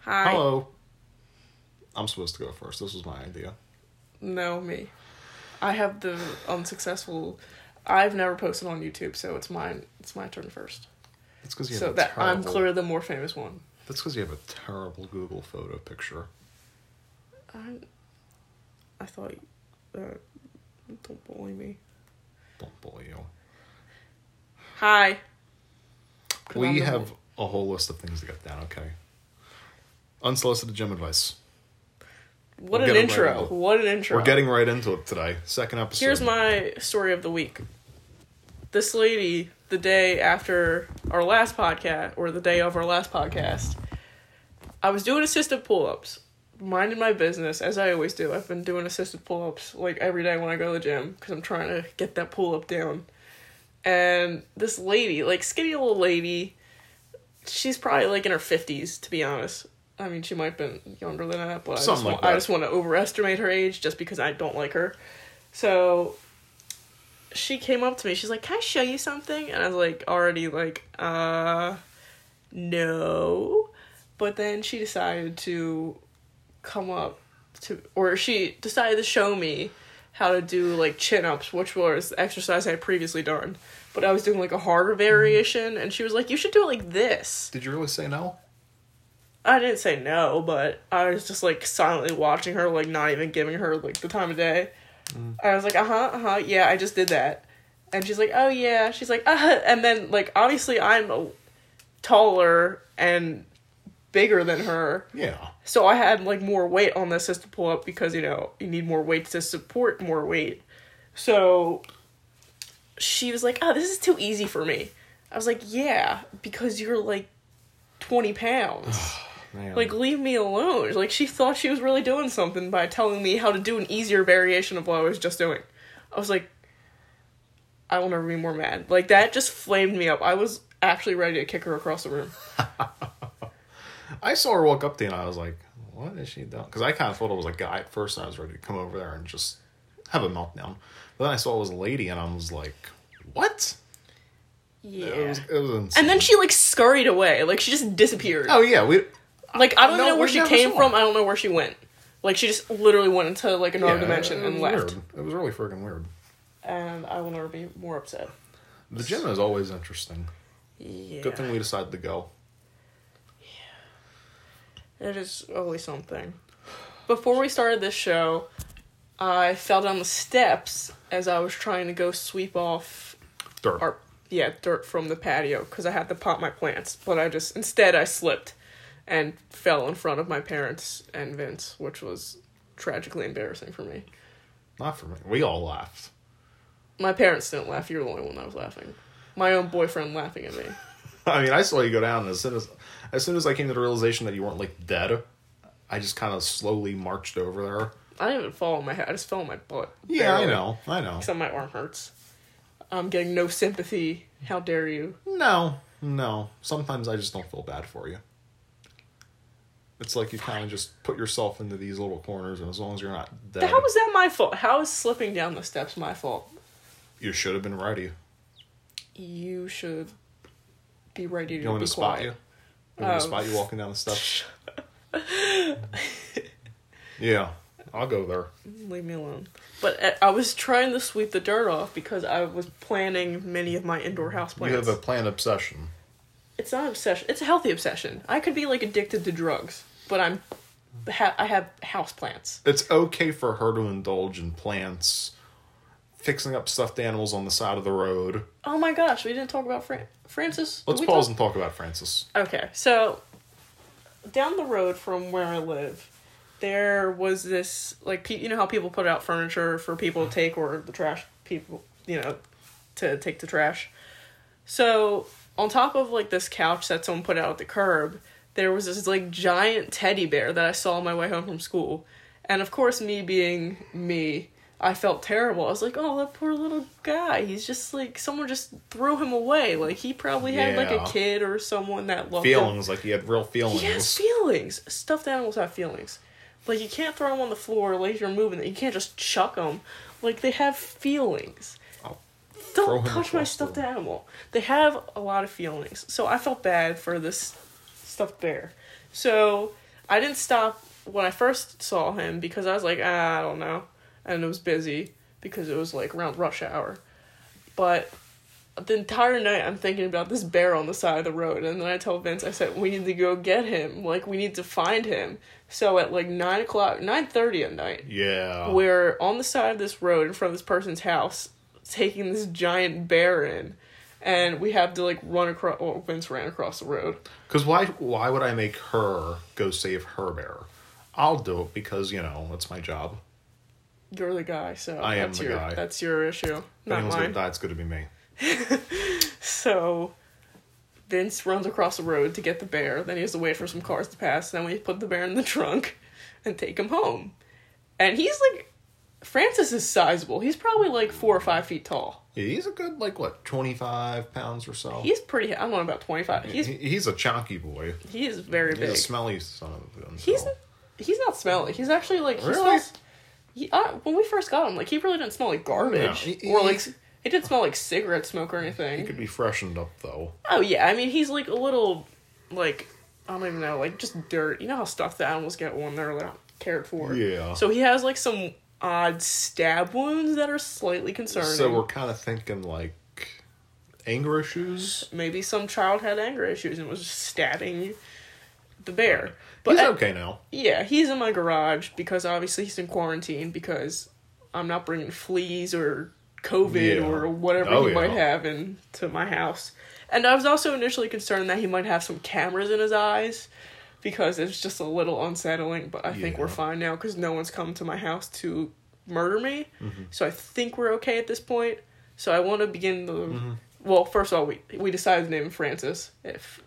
Hi. Hello. I'm supposed to go first. This was my idea. No, me. I have the unsuccessful. I've never posted on YouTube, so it's mine. It's my turn first. That's because you so have a that terrible. I'm clearly the more famous one. That's because you have a terrible Google photo picture. I, I thought, uh, don't bully me. Don't bully you. Hi. We I'm the- have a whole list of things to get down. Okay. Unsolicited gym advice. What we'll an get him right intro! now. what an intro! We're getting right into it today. Second episode. Here's my story of the week. This lady, the day after our last podcast, or the day of our last podcast, I was doing assisted pull ups, minding my business, as I always do. I've been doing assisted pull ups like every day when I go to the gym because I'm trying to get that pull up down. And this lady, like skinny little lady, she's probably like in her 50s, to be honest. I mean, she might have been younger than that, but I just, Something like wa- I that. just want to overestimate her age just because I don't like her. So she came up to me. She's like, "Can I show you something?" And I was like, already like, uh, no. But then she decided to come up to, or she decided to show me how to do like chin ups, which was the exercise I had previously done. But I was doing like a harder variation, and she was like, "You should do it like this." Did you really say no? I didn't say no, but I was just like silently watching her, like not even giving her like the time of day. I was like, uh huh, uh huh, yeah, I just did that. And she's like, oh yeah. She's like, uh huh. And then, like, obviously, I'm uh, taller and bigger than her. Yeah. So I had like more weight on the assist to pull up because, you know, you need more weight to support more weight. So she was like, oh, this is too easy for me. I was like, yeah, because you're like 20 pounds. Man. Like, leave me alone. Like, she thought she was really doing something by telling me how to do an easier variation of what I was just doing. I was like, I will never be more mad. Like, that just flamed me up. I was actually ready to kick her across the room. I saw her walk up to you and I was like, what is she doing? Because I kind of thought it was a guy at first and I was ready to come over there and just have a meltdown. But then I saw it was a lady and I was like, what? It was, it was And then insane. she, like, scurried away. Like, she just disappeared. Oh, yeah. we like, I don't No, even know where we she never came saw from. her. I don't know where she went. Like, she just literally went into, like, another yeah, dimension it and was left. Weird. It was really freaking weird. And I will never be more upset. The gym is always interesting. Yeah. Good thing we decided to go. It is always something. Before we started this show, I fell down the steps as I was trying to go sweep off Dirt. our yeah dirt from the patio because I had to pot my plants, but I just instead I slipped and fell in front of my parents and Vince, which was tragically embarrassing for me. Not for me. We all laughed. My parents didn't laugh. You're the only one that was laughing. My own boyfriend laughing at me. I mean, I saw you go down, and as soon as, as soon as I came to the realization that you weren't like dead, I just kind of slowly marched over there. I didn't even fall on my head. I just fell on my butt. Yeah, I Barely. know, I know. Except my arm hurts. I'm getting no sympathy. How dare you? No, no. Sometimes I just don't feel bad for you. It's like you kind of just put yourself into these little corners, and as long as you're not dead, How was that my fault? How is slipping down the steps my fault? you should have been ready. You should be ready You to want be me to spot you? quiet. You want me to Oh. spot you walking down the steps? yeah, I'll go there. Leave me alone. But uh, I was trying to sweep the dirt off because I was planting many of my indoor house You plants. have a plant obsession. It's not an obsession. It's a healthy obsession. I could be like addicted to drugs, but I'm ha- I have house plants. It's okay for her to indulge in plants, fixing up stuffed animals on the side of the road. Oh my gosh, we didn't talk about Fran- Francis. did Let's we pause talk- and talk about Francis. Okay, so down the road from where I live, there was this like pe- you know how people put out furniture for people to take or the trash people you know to take the trash. So on top of like this couch that someone put out at the curb, there was this like giant teddy bear that I saw on my way home from school, and of course me being me. I felt terrible. I was like, "Oh, that poor little guy. He's just like someone just threw him away. Like he probably had like Yeah. a kid or someone that loved him." Feelings, like he had real feelings. He has feelings. Stuffed animals have feelings. Like you can't throw them on the floor like you're moving them. You can't just chuck them. Like they have feelings. I'll throw Don't him touch my across the stuffed room. animal. They have a lot of feelings. So I felt bad for this stuffed bear. So I didn't stop when I first saw him because I was like, ah, I don't know, and it was busy because it was like around rush hour, but the entire night I'm thinking about this bear on the side of the road, and then I tell Vince, I said, we need to go get him. Like we need to find him. So at like nine o'clock, nine thirty at night, Yeah. we're on the side of this road in front of this person's house, taking this giant bear in, and we have to like run across. Well, Vince ran across the road. Because why why would I make her go save her bear? I'll do it because you know that's my job. You're the guy, so I am that's the your guy. that's your issue, If not anyone's gonna mine. die, it's gonna be me. So Vince runs across the road to get the bear. Then he has to wait for some cars to pass. Then we put the bear in the trunk and take him home. And he's like, Francis is sizable. He's probably like four or five feet tall. Yeah, he's a good like what twenty five pounds or so. He's pretty. I'm on about twenty five. He's He- he's a chunky boy. he is very He's a big. smelly son of a gun. He's he's not smelly. He's actually like he Really? smells. He, uh, when we first got him, like he really didn't smell like garbage he- or he- like it didn't smell like cigarette smoke or anything. he could be freshened up though. Oh yeah, I mean he's like a little, like I don't even know, like just dirt. You know how stuffed the animals get when they're not cared for. Yeah. So he has like some odd stab wounds that are slightly concerning. So we're kind of thinking like anger issues. maybe some child had anger issues and was just stabbing the bear. But He's uh, okay now. yeah, he's in my garage because obviously he's in quarantine because I'm not bringing fleas or COVID Yeah. or whatever Oh, he yeah. might have into my house. And I was also initially concerned that he might have some cameras in his eyes because it's just a little unsettling, but I think we're Yeah. fine now because no one's come to my house to murder me. Mm-hmm. So I think we're okay at this point. So I want to begin the. Mm-hmm. Well, first of all, we, we decided to name him Francis, if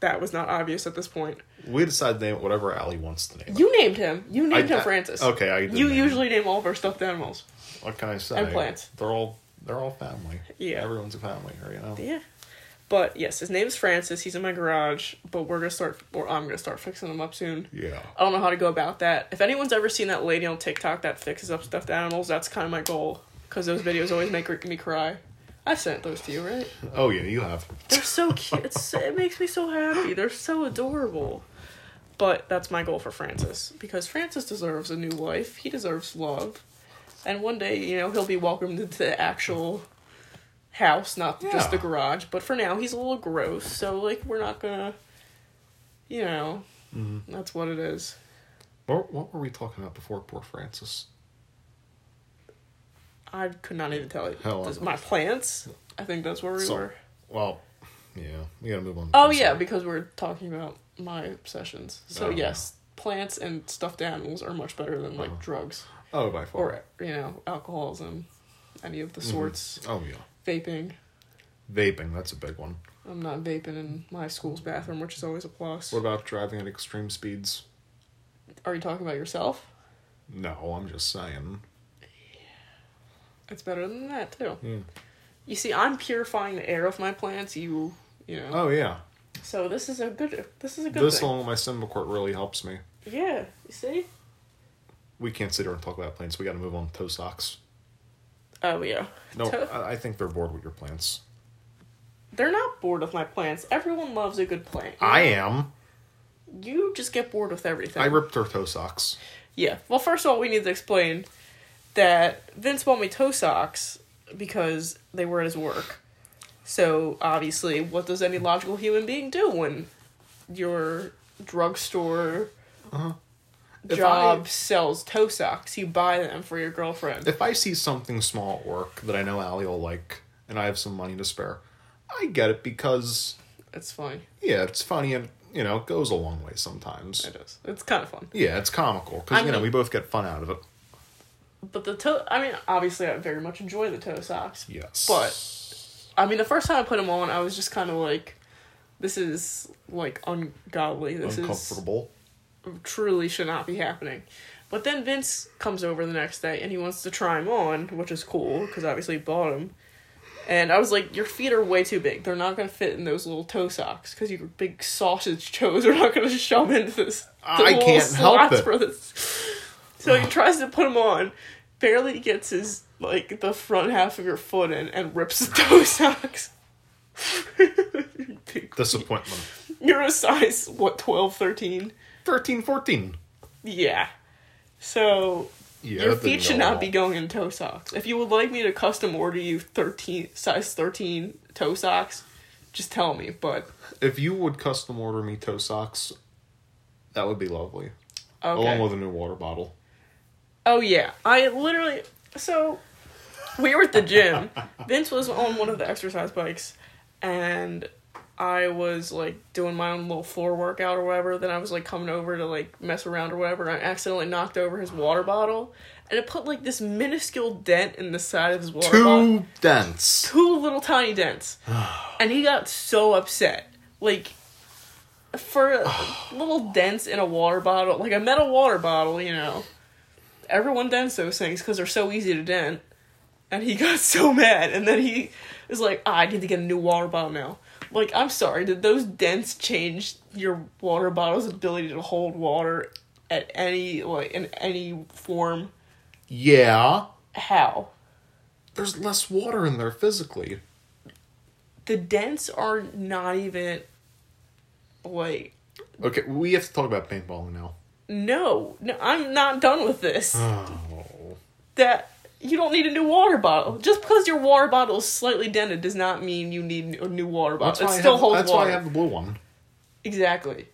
that was not obvious at this point. We decided to name it whatever Allie wants to name. it. You named him. You named I- him I- Francis. okay, I did You name usually name all of our stuffed animals. What can I say? And plants. They're all they're all family. Yeah. Everyone's a family here, you know. Yeah. But yes, his name is Francis. He's in my garage, but we're gonna start, or I'm gonna start fixing him up soon. Yeah. I don't know how to go about that. If anyone's ever seen that lady on TikTok that fixes up stuffed animals, that's kind of my goal because those videos always make me cry. I've sent those to you, right? Oh yeah, you have. They're so cute. It's, so- it makes me so happy. They're so adorable. But that's my goal for Francis because Francis deserves a new life. He deserves love, and one day you know he'll be welcomed into the actual house, not just the Yeah. garage. But for now, he's a little gross, so like we're not gonna, you know, Mm-hmm. that's what it is. What, what were we talking about before poor Francis? I could not even tell you. Hell, Does- I'm- my plants. I think that's where we So- were. Well, yeah, we gotta move on. Oh I'm yeah, sorry. because we're talking about my obsessions. So Oh. yes, plants and stuffed animals are much better than like drugs oh by far. or you know alcoholism, any of the sorts. Oh yeah, Vaping. vaping that's a big one. I'm not vaping in my school's bathroom, which is always a plus. What about driving at extreme speeds? Are you talking about yourself? No, I'm just saying. It's better than that too. Yeah. You see, I'm purifying the air of my plants. You, you know. Oh yeah, So this is a good. This is a good this thing. along with my Simbacort really helps me. Yeah. You see. We can't sit here and talk about plants. We gotta move on to toe socks. Oh yeah. No, To- I, I think they're bored with your plants. They're not bored of my plants. Everyone loves a good plant. I am. You just get bored with everything. I ripped her toe socks. yeah. Well, first of all, we need to explain that Vince bought me toe socks because they were at his work. So obviously, what does any logical human being do when your drugstore Uh-huh. If job I- sells toe socks? You buy them for your girlfriend. If I see something small at work that I know Allie will like, and I have some money to spare, I get it because It's funny. yeah, it's funny and you know it goes a long way sometimes. It is. It's kind of fun. Yeah, it's comical because I you know mean- we both get fun out of it. But the toe. I mean, obviously, I very much enjoy the toe socks. Yes, But I mean, the first time I put them on, I was just kind of like, "This is like ungodly. This is uncomfortable. truly should not be happening." But then Vince comes over the next day and he wants to try them on, which is cool because obviously he bought them. And I was like, "Your feet are way too big. They're not gonna fit in those little toe socks because your big sausage toes are not gonna shove into this." I the little can't help slots it. For this. So he tries to put them on, barely gets his like the front half of your foot in, and rips the toe socks. Big- Disappointment. You're a size what 12, 13? 13, 14. Yeah. So Yeah, your that didn't feet should go not well. be going in toe socks. If you would like me to custom order you thirteen size thirteen toe socks, just tell me. But If you would custom order me toe socks, that would be lovely. okay. Along with a new water bottle. Oh yeah, I literally. So, we were at the gym. Vince was on one of the exercise bikes, and I was like doing my own little floor workout or whatever. Then I was like coming over to like mess around or whatever. And I accidentally knocked over his water bottle, and it put like this minuscule dent in the side of his water bottle Too dense. two little tiny dents. and he got so upset. Like, for little dents in a water bottle, like a metal water bottle, you know, everyone dents those things because they're so easy to dent. And he got so mad. And then he was like, "Ah, I need to get a new water bottle now. Like, I'm sorry, did those dents change your water bottle's ability to hold water at any, like, in any form? Yeah. How? There's less water in there physically. the dents are not even like Okay, we have to talk about paintballing now. no no i'm not done with this Oh. that you don't need a new water bottle just because your water bottle is slightly dented does not mean you need a new water That's, bottle why, it I still have, holds that's water why I have the blue one. exactly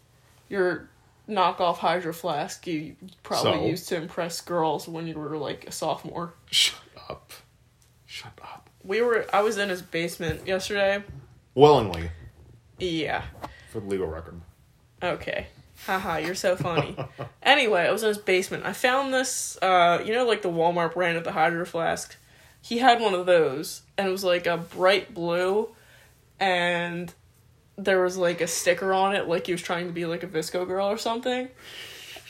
your knockoff hydro flask you probably So? used to impress girls when you were like a sophomore Shut up. Shut up. we were i was in his basement yesterday Willingly, yeah for the legal record. Okay. Haha, you're so funny. anyway, I was in his basement. I found this, uh, you know, like the Walmart brand of the Hydro Flask. He had one of those, and it was like a bright blue, and there was like a sticker on it, like he was trying to be like a Visco girl or something.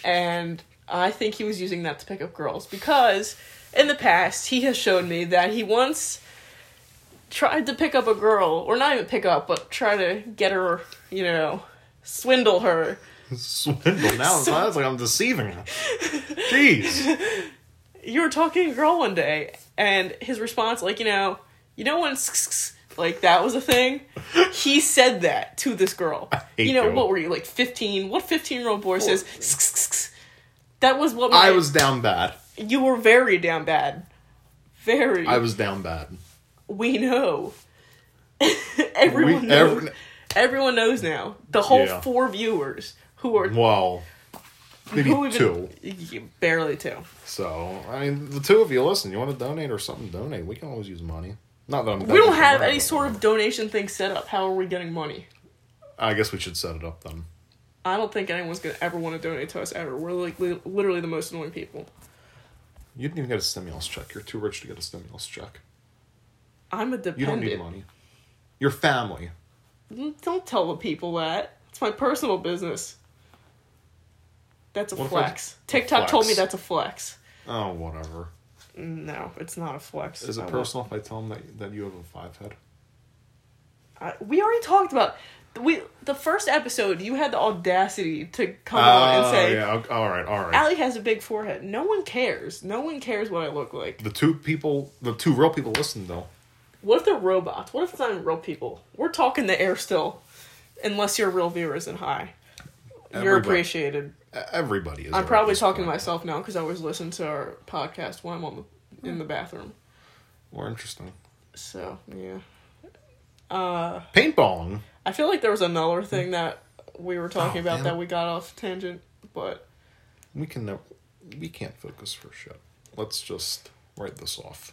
And I think he was using that to pick up girls because in the past he has shown me that he once tried to pick up a girl, or not even pick up, but try to get her, you know, swindle her. Swindle. Now it sounds like I'm deceiving her. Jeez. you were talking to a girl one day, and his response, like, you know, you know when like that was a thing? He said that to this girl. hate You know, you. what were you, like 15? What 15 year old boy says, that was what my, I was down bad. you were very down bad. Very. I was down bad. we know. everyone We- knows. every- everyone knows now. The whole Yeah. four viewers who are. Well, maybe who even, two. y- Barely two. So, I mean, the two of you listen, you want to donate or something, donate. We can always use money. Not that I'm We don't have any sort of donation thing set up. How are we getting money? I guess we should set it up then. I don't think anyone's gonna ever want to donate to us ever. We're like li- literally the most annoying people. You didn't even get a stimulus check. You're too rich to get a stimulus check. I'm a dependent. You don't need money. Your family. Mm, Don't tell the people that. It's my personal business. That's a What if I- flex. TikTok told me flex. that's a flex. Oh, whatever. No, it's not a flex. Is I it won't- personal if I tell them that, that you have a five head? I, we already talked about we the first episode. You had the audacity to come on and Oh, say, yeah. okay, All right, all right. "Allie has a big forehead." No one cares. No one cares what I look like. the two people, the two real people listened, though. What if they're robots? What if it's not even real people? We're talking the air still, unless your real viewers and hi. You're Everybody. appreciated. E- Everybody is. I'm probably talking to myself now because I always listen to our podcast when I'm on the, in the bathroom. More interesting. So yeah, Paintballing. I feel like there was another thing that we were talking Oh, about damn. that we got off tangent, but We can never. We can't focus for shit. Let's just write this off.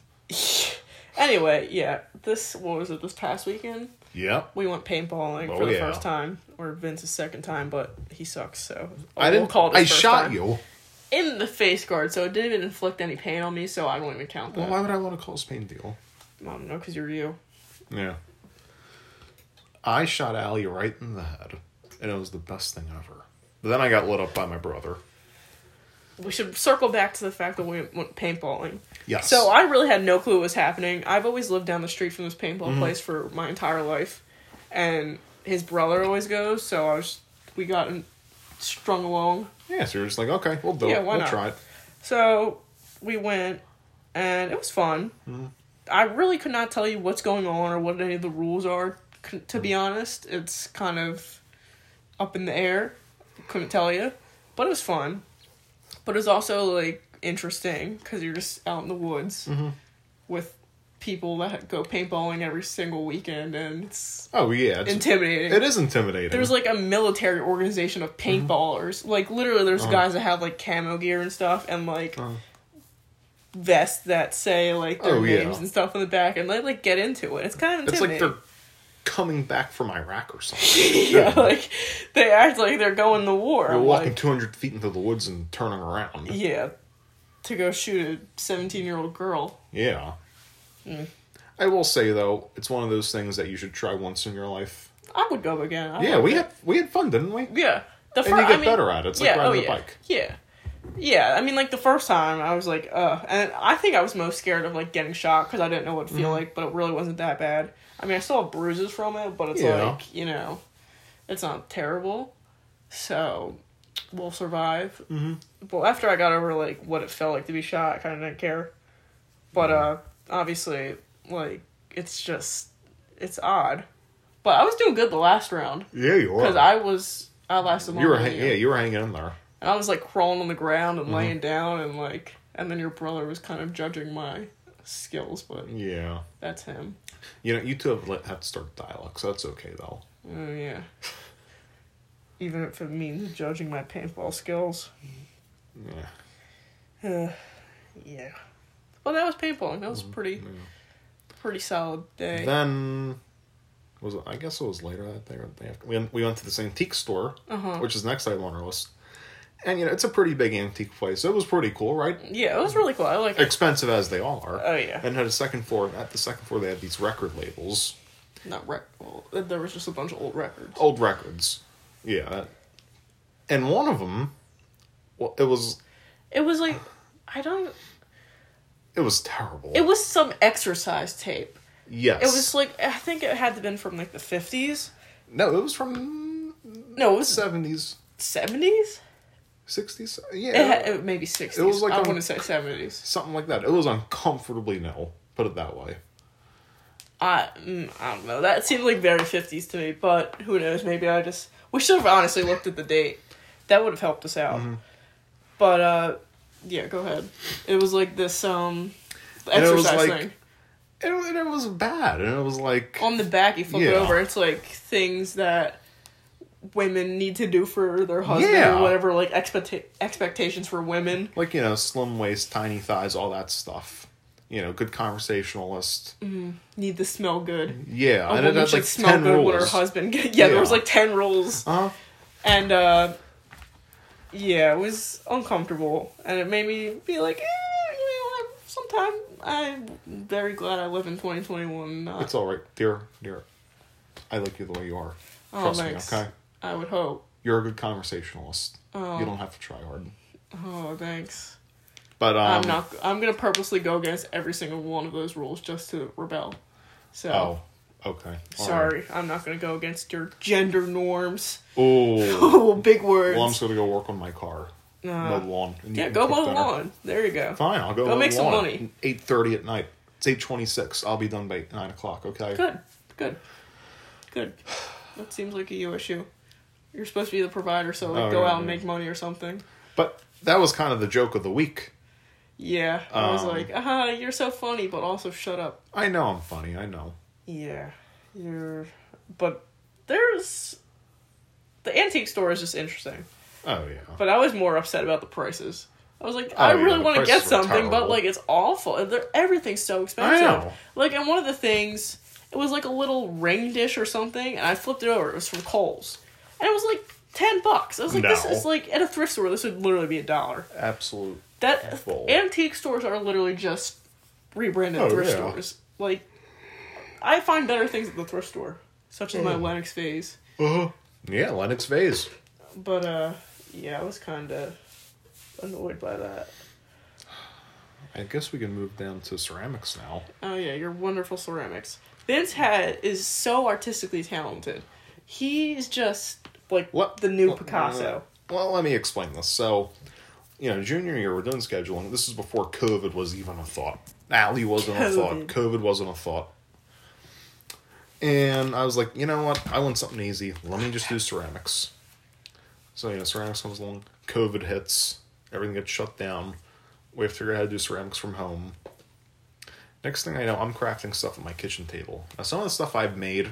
anyway, yeah. This what was it? This past weekend Yep. we went paintballing Oh, for the yeah. first time, or Vince's second time, but he sucks. So I Oh, we'll didn't call it his I first shot time. you. in the face guard, so it didn't even inflict any pain on me, so I don't even count Well, that. why would I want to call this pain deal? I don't know, because you're you. Yeah. I shot Allie right in the head, and it was the best thing ever. But then I got lit up by my brother. We should circle back to the fact that we went paintballing. Yes. So I really had no clue what was happening. I've always lived down the street from this paintball Mm-hmm. place for my entire life, and his brother always goes, so I was we got in, strung along. Yeah, so you're just like, okay, we'll do Yeah, it. why We'll not? try it. So we went, and it was fun. Mm-hmm. I really could not tell you what's going on or what any of the rules are. Mm-hmm. c- To be honest, it's kind of up in the air. Couldn't tell you. But it was fun. But it was also like interesting because you're just out in the woods Mm-hmm. with people that go paintballing every single weekend, and it's Oh yeah, it's, intimidating. it is intimidating. There's like a military organization of paintballers. Like literally, there's Uh-huh. guys that have like camo gear and stuff, and like Uh. vests that say like their Oh, yeah. names and stuff on the back, and they like get into it. It's kind of it's like intimidating. they're coming back from Iraq or something. yeah, like they act like they're going to war. They're I'm walking like, 200 feet into the woods and turning around. yeah, to go shoot a seventeen-year-old girl. Yeah. Mm. I will say though, it's one of those things that you should try once in your life. I would go again. I Yeah, like we it. had we had fun, didn't we? yeah. The And you get better at it. It's like riding a yeah. bike. Yeah. Yeah, I mean, like the first time, I was like, "Ugh," and I think I was most scared of like getting shot because I didn't know what to Mm-hmm. feel like, but it really wasn't that bad. I mean, I still have bruises from it, but it's Yeah. like you know, it's not terrible, so we'll survive. Mm-hmm. Well, after I got over like what it felt like to be shot, I kind of didn't care, but uh, Mm-hmm. obviously, like it's just it's odd. But I was doing good the last round Yeah, you were. because I was I lasted longer. you were than hang- yeah, Mm-hmm. you were hanging in there. and I was like crawling on the ground and laying down and like and then your brother was kind of judging my skills, but Mm. Yeah. that's him. You know, you two have, let, have to start dialogue, so that's okay though. Oh yeah. Even if it means judging my paintball skills. Yeah. Uh, yeah. Well, that was paintballing. That was Mm-hmm. pretty, pretty solid day. Then was it, I guess it was later that day or the day after. We went, we went to this antique store, Uh-huh. which is next item on our list, and you know it's a pretty big antique place. It was pretty cool, right? yeah, it was really cool. I like. it. Expensive as they all are. Oh, yeah. And had a second floor. And at the second floor, they had these record labels, Not rec. Well, there was just a bunch of old records. old records. Yeah. that- And one of them, well, it was It was like, I don't. it was terrible. It was some exercise tape. yes. It was like I think it had to been from like the fifties. no, it was from No, it was seventies, seventies. sixties. It Yeah. had, it, maybe sixties. was like I on- want to say seventies. something like that. It was uncomfortably no, put it that way. I mm, I don't know. That seemed like very fifties to me, but who knows? Maybe I just we should have honestly looked at the date. That would have helped us out. Mm-hmm. But uh, yeah, go ahead. It was like this um And it was exercise like- thing And it, and it was bad, and it was like on the back. You flip it Yeah. over. It's like things that women need to do for their husband Yeah. or whatever. Like expect expectations for women. like you know slim waist, tiny thighs, all that stuff. You know, good conversationalist. Need to smell good. Yeah, Mm-hmm. A and it woman had should like smell ten good rules. Uh-huh. when her husband. yeah, there was Yeah. like ten rules. Huh? and uh yeah it was uncomfortable and it made me be like eh, you know I, sometime i'm very glad i live in 2021 and not- It's all right, dear, dear. I like you the way you are. Oh, Trust thanks. me, okay? i would hope You're a good conversationalist. Oh. You don't have to try hard. oh thanks But um, i'm not i'm gonna purposely go against every single one of those rules just to rebel so Oh, okay. all sorry i'm not gonna go against your gender norms right. Ooh. oh big words well, I'm just gonna go work on my car. Uh, mow the lawn. and you yeah can go cook mow the dinner. lawn there you go Fine, I'll go. Go mow the make some lawn. money. Eight thirty at night. It's eight twenty-six. I'll be done by nine o'clock. Okay. Good, good, good. That seems like a you issue. You're supposed to be the provider, so like Oh, go yeah, out and yeah. make money or something. But that was kind of the joke of the week. Yeah, I was Um, like, ah, you're so funny, but also shut up. I know I'm funny. I know. Yeah, you're. But there's the antique store is just interesting. Oh yeah. But I was more upset about the prices. I was like, I Oh, yeah, really the want to prices get were something, but terrible. like it's awful. They're, everything's so expensive. know. Like, and one of the things, it was like a little ring dish or something, and I flipped it over. It was from Kohl's, and it was like ten bucks. I was like, this No. is like at a thrift store. This would literally be a dollar. Absolute. That Awful. antique stores are literally just rebranded Oh, thrift yeah. stores. Like, I find better things at the thrift store, such as my Mm. Lennox vase. Uh-huh. Yeah, Lennox Vase. But uh, yeah, I was kind of annoyed by that. I guess we can move down to ceramics now. Oh yeah, your wonderful ceramics. Vince had is so artistically talented. He's just like What the new what- Picasso. well, let me explain this. So, you know, junior year we're doing scheduling. This is before COVID was even a thought. Alley wasn't a COVID. thought. COVID wasn't a thought. And I was like, you know what? I want something easy. Let me just do ceramics. So you know, ceramics comes along. COVID hits, everything gets shut down. We have to figure out how to do ceramics from home. Next thing I know, I'm crafting stuff at my kitchen table. Now, some of the stuff I've made,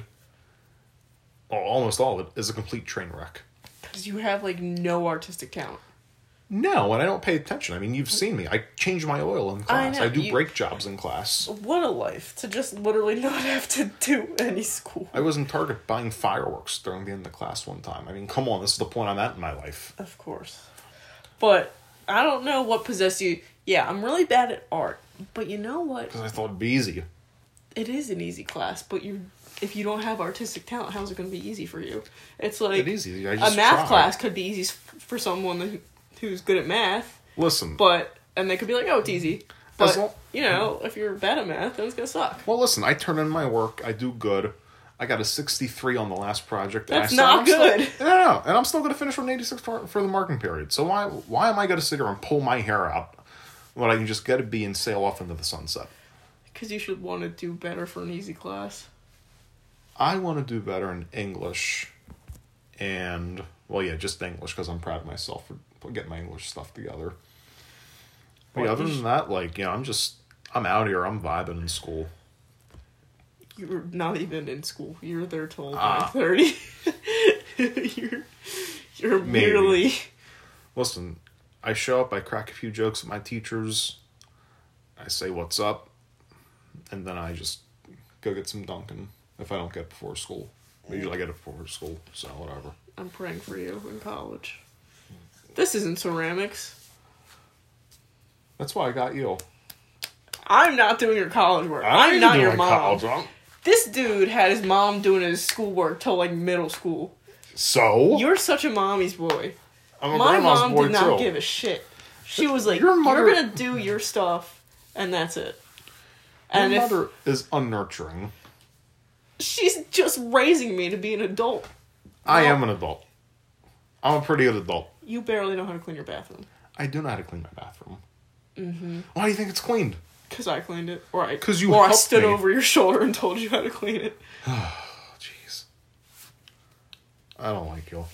well, almost all of it, is a complete train wreck. Because you have like no artistic talent. No, and I don't pay attention. I mean, you've seen me. I change my oil in class. know, I, do you- brake jobs in class. What a life to just literally not have to do any school. I was in Target buying fireworks during the end of class one time. I mean, come on, this is the point I'm at in my life. Of course. But I don't know what possessed you. Yeah, I'm really bad at art. But you know what? Because I thought it'd be easy. It is an easy class, but you if you don't have artistic talent, how's it going to be easy for you? It's like It is easy. I a just math tried. class could be easy s- for someone who, who's good at math, Listen, but and they could be like, "Oh, it's easy." Mm-hmm. But As long- Mm-hmm. you know, if you're bad at math, then it's gonna suck. Well, listen, I turn in my work. I do good. I got a 63 on the last project. and That's I still- not I'm still- good. no, no, no, and I'm still going to finish from 86 for, for the marking period. So why why am I going to sit here and pull my hair out when I can just get a B and sail off into the sunset? Because you should want to do better for an easy class. I want to do better in English, and well, yeah, just English because I'm proud of myself for getting my English stuff together. But yeah, Well, other you than that, like you know, I'm just I'm out here. I'm vibing in school. You're not even in school. You're there till Ah. nine thirty. you're you're Maybe. merely listen, I show up, I crack a few jokes at my teachers, I say what's up, and then I just go get some Dunkin' if I don't get it before school. Usually I get it before school, so whatever. I'm praying for you in college. This isn't ceramics. That's why I got you. I'm not doing your college work. I'm, not your mom. College. This dude had his mom doing his schoolwork till like middle school. So You're such a mommy's boy. I'm a My grandma's mom boy did not too. give a shit. She was like, Your mother- "You're gonna do your stuff, and that's it." And Your if mother is unnurturing. she's just raising me to be an adult, I am an adult. I'm a pretty good adult. you barely know how to clean your bathroom I do know how to clean my bathroom. Mm-hmm. Why do you think it's cleaned? because I cleaned it, or I 'Cause you or I helped stood me. over your shoulder and told you how to clean it. Oh, jeez. I don't like you.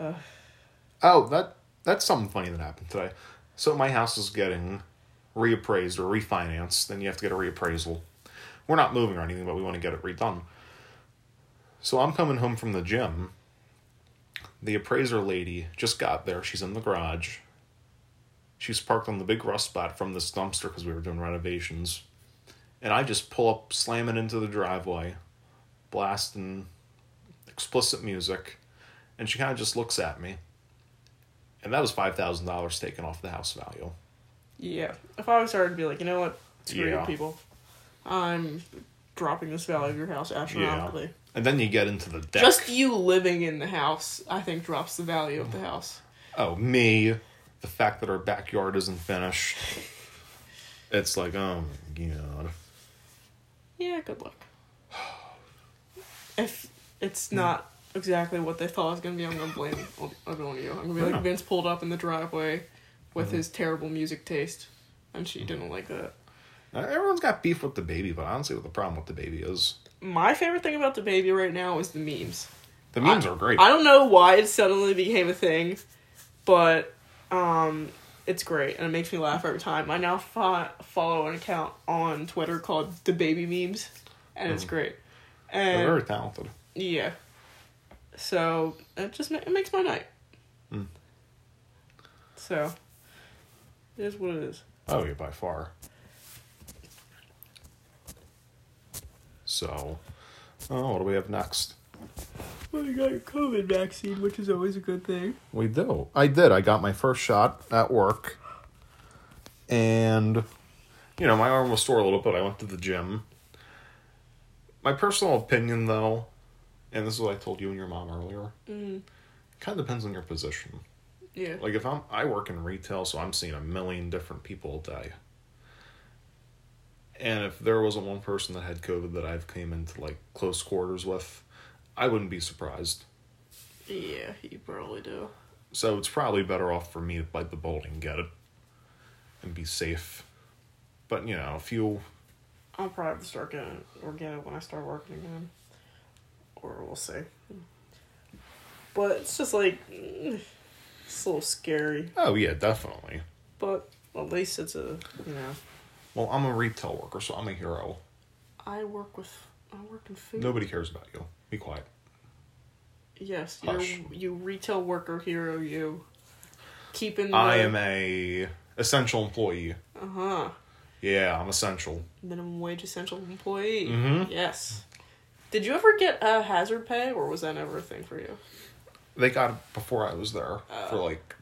Ugh. Oh, that that's something funny that happened today. So my house is getting reappraised or refinanced. Then you have to get a reappraisal. We're not moving or anything, but we want to get it redone. So I'm coming home from the gym. The appraiser lady just got there. She's in the garage. She's parked on the big rust spot from this dumpster because we were doing renovations. And I just pull up, slamming into the driveway, blasting explicit music. And she kind of just looks at me. And that was $5,000 taken off the house value. Yeah, if I was her, I'd be like, you know what, screw Yeah. you people, I'm dropping this value of your house astronomically. And then you get into the deck. Just you living in the house, I think, drops the value of the house. oh, me. The fact that our backyard isn't finished. It's like, oh my god. Yeah, good luck. If it's Hmm. not exactly what they thought it was gonna be, I'm gonna blame everyone one of you. I'm gonna be Yeah. Mm-hmm. like Vince pulled up in the driveway with his terrible music taste, and she didn't like that. Now, Everyone's got beef with the baby, but I don't see what the problem with the baby is. My favorite thing about the baby right now is the memes. The memes are great. I don't know why it suddenly became a thing, but um, it's great and it makes me laugh every time. I now fo- follow an account on Twitter called The Baby Memes, and Mm. it's great. They're And very talented. yeah, so it just ma- it makes my night. Mm. So it is what it is. Oh, yeah, by far. So, oh, what do we have next? Well, you got your COVID vaccine, which is always a good thing. We do. I did. I got my first shot at work. And, you know, my arm was sore a little bit. I went to the gym. My personal opinion, though, and this is what I told you and your mom earlier, Mm, kind of depends on your position. yeah. Like if I'm I work in retail, so I'm seeing a million different people a day. And if there wasn't one person that had COVID that I've came into like close quarters with, I wouldn't be surprised. Yeah, you probably do. So it's probably better off for me to bite the bullet and get it and be safe. But you know, if you I'll probably have to start getting organic when I start working again. Or we'll see. But it's just like mm, It's a little scary, Oh yeah, definitely. but at least it's a you know. Well, I'm a retail worker, so I'm a hero. I work with I work in food. Nobody cares about you. Be quiet. Yes, you're, Hush. you retail worker hero. You keeping. The, I am a essential employee. Uh huh. Yeah, I'm essential. Minimum wage essential employee. Mhm. Yes. Did you ever get a hazard pay, or was that never a thing for you? They got it before I was there for Oh. like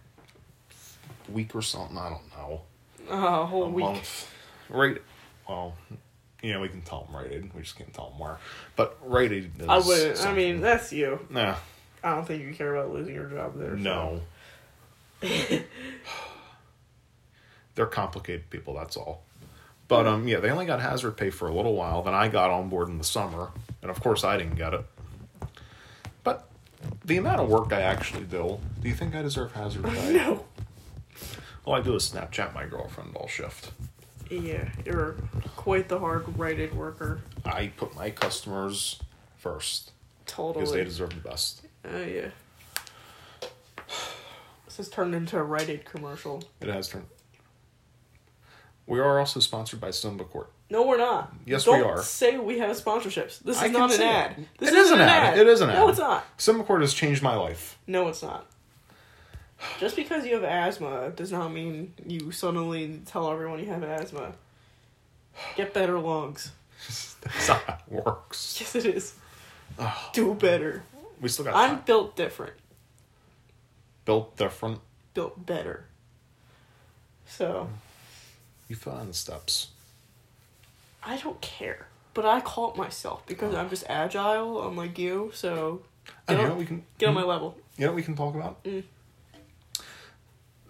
a week or something. I don't know. Oh, a whole A week. month. Right. Well, you know, we can tell them rated. We just can't tell them where. But rated. Is I wouldn't. I something. mean, that's you. Nah, I don't think you care about losing your job there. so. no. They're complicated people. That's all. But um, yeah, they only got hazard pay for a little while. Then I got on board in the summer, and of course I didn't get it. But the amount of work I actually do, do you think I deserve hazard pay? No. All I do is Snapchat my girlfriend all shift. Yeah, you're quite the hard righted worker. I put my customers first because they Totally. deserve the best. Oh yeah. This has turned into a Rite Aid commercial. It has turned. We are also sponsored by Simba Court. No, we're not. Yes, we Don't are. Say we have sponsorships. This is I can not an say ad. it. This It is an ad. It is an No, ad. it's not. Simba Court has changed my life. No, it's not. Just because you have asthma does not mean you suddenly tell everyone you have asthma. Get better lungs. That's how it works. Yes, it is. Oh. Do better. We still got I'm time. built different. built different. Built better. So. You fell on the steps. I don't care. But I caught myself because I'm just agile, unlike you, so Get And you Oh. know on- what we Hmm? can get on my level. You know what we can talk about? Mm.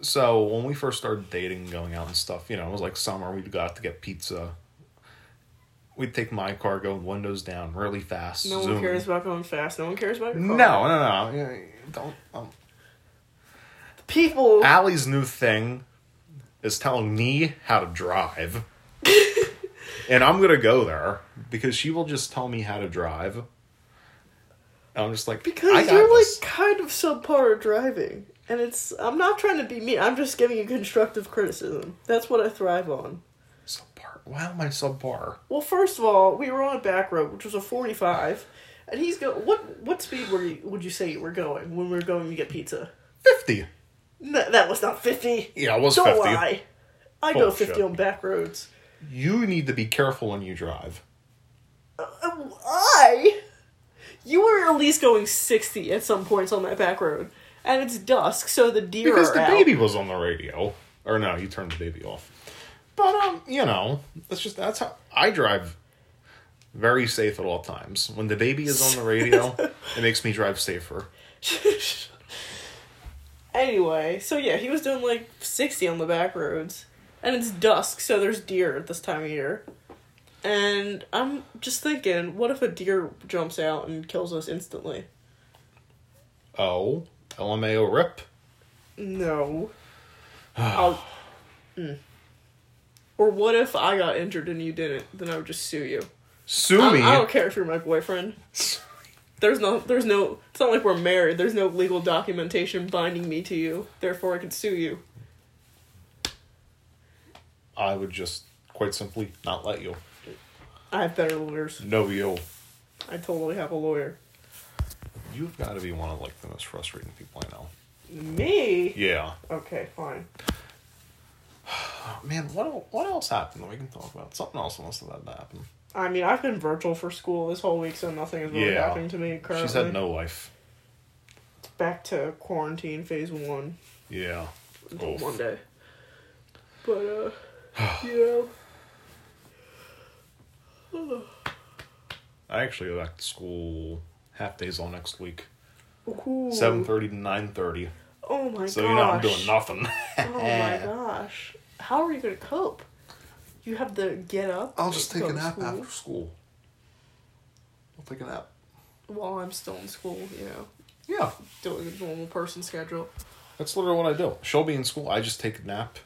So when we first started dating, and going out and stuff, you know, it was like summer. We'd go out to get pizza. We'd take my car, go windows down really fast. No one zoom. cares about going fast. No one cares about your No, car. no, no. Yeah, Don't. Um, People. Allie's new thing is telling me how to drive. and I'm going to go there because she will just tell me how to drive. And I'm just like, I Because got you're this. like kind of subpar at driving. And it's. I'm not trying to be mean. I'm just giving you constructive criticism. That's what I thrive on. subpar. Why am I subpar? Well, first of all, we were on a back road, which was a 45. And he's go. What what speed were you, would you say you were going when we were going to get pizza? 50. No, that was not 50. Yeah, I was Don't 50. lie. I go Bullshit. 50 on back roads. You need to be careful when you drive. I. You were at least going 60 at some points on that back road. And it's dusk, so the deer Because are the out. baby was on the radio. Or no, you turned the baby off. But, um, you know, that's just, that's how I drive very safe at all times. When the baby is on the radio, it makes me drive safer. anyway, so yeah, he was doing like 60 on the back roads. And it's dusk, so there's deer at this time of year. And I'm just thinking, what if a deer jumps out and kills us instantly? Oh, LMAO rip. No. I'll... Mm. Or what if I got injured and you didn't? Then I would just sue you. Sue I, me. I don't care if you're my boyfriend. There's no, there's no. It's not like we're married. There's no legal documentation binding me to you. Therefore, I can sue you. I would just quite simply not let you. I have better lawyers. No, you. I totally have a lawyer. You've got to be one of like the most frustrating people I know. Me? Yeah. Okay, fine. Oh, man, what el- what else happened that we can talk about? Something else must have had to happen. I mean, I've been virtual for school this whole week, so nothing is really Yeah. happening to me currently. She's had no life. Back to quarantine phase one Yeah. until Oof. Monday. But uh, you I actually go back to school half days all next week. know, ooh. Seven thirty to nine thirty. Oh my So gosh. you know I'm doing nothing. Oh my Eh. gosh. How are you going to cope? You have to get up. I'll just take go a to nap school. after school. I'll take a nap. While I'm still in school, you know, Yeah. doing a normal person schedule. That's literally what I do. She'll be in school. I just take a nap,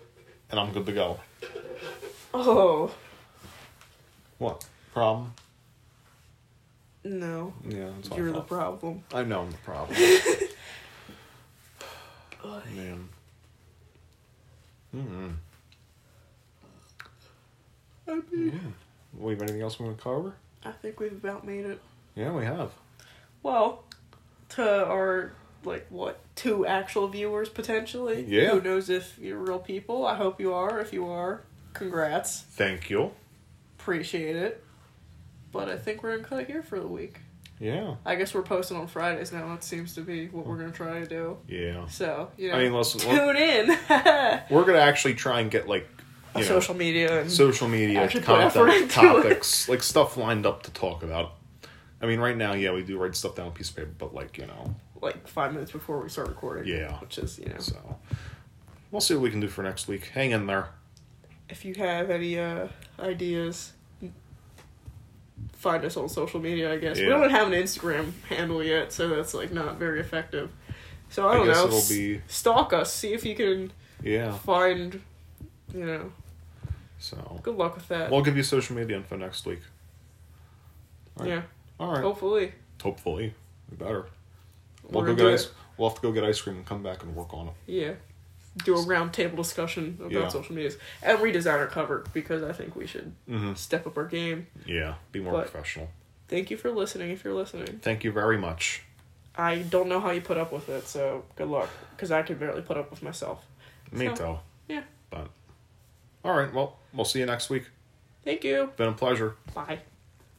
and I'm good to go. Oh, What problem? no. Yeah, that's what I You're the thought. problem. I know I'm the problem. boy. Man. Hmm. Yeah. We have anything else we want to cover? I think we've about made it. Yeah, we have. Well, to our like what two actual viewers potentially. Yeah. Who knows if you're real people? I hope you are. If you are, congrats. Thank you. Appreciate it. But I think we're gonna cut it here for the week. Yeah. I guess we're posting on Fridays now. That seems to be what we're gonna try to do. Yeah. So you know, I mean, listen, we're, tune in. we're gonna actually try and get like you know, social media and social media Actually put effort content, into topics, like stuff lined up to talk about. I mean, right now, yeah, we do write stuff down on a piece of paper, but like you know, like five minutes before we start recording. Yeah. Which is you know, so we'll see what we can do for next week. Hang in there. if you have any uh, ideas, find us on social media. I guess we Yeah. don't have an Instagram handle yet, so that's like not very effective. So I I don't guess know. it'll s- be- stalk us. See if you can Yeah. find. You know, So good luck with that. we'll give you social media info next week. all right. yeah, All right. hopefully. Hopefully, we better. We'll Oh. We're go gonna get do ice. it. We'll have to go get ice cream and come back and work on it. Yeah. Do a round table discussion about Yeah. social medias and redesign our cover because I think we should Mm-hmm. step up our game. Yeah, be more But- professional. Thank you for listening if you're listening. Thank you very much. I don't know how you put up with it, so good luck because I could barely put up with myself. Me So- too. Yeah. But all right, well, we'll see you next week. Thank you. Been a pleasure. Bye.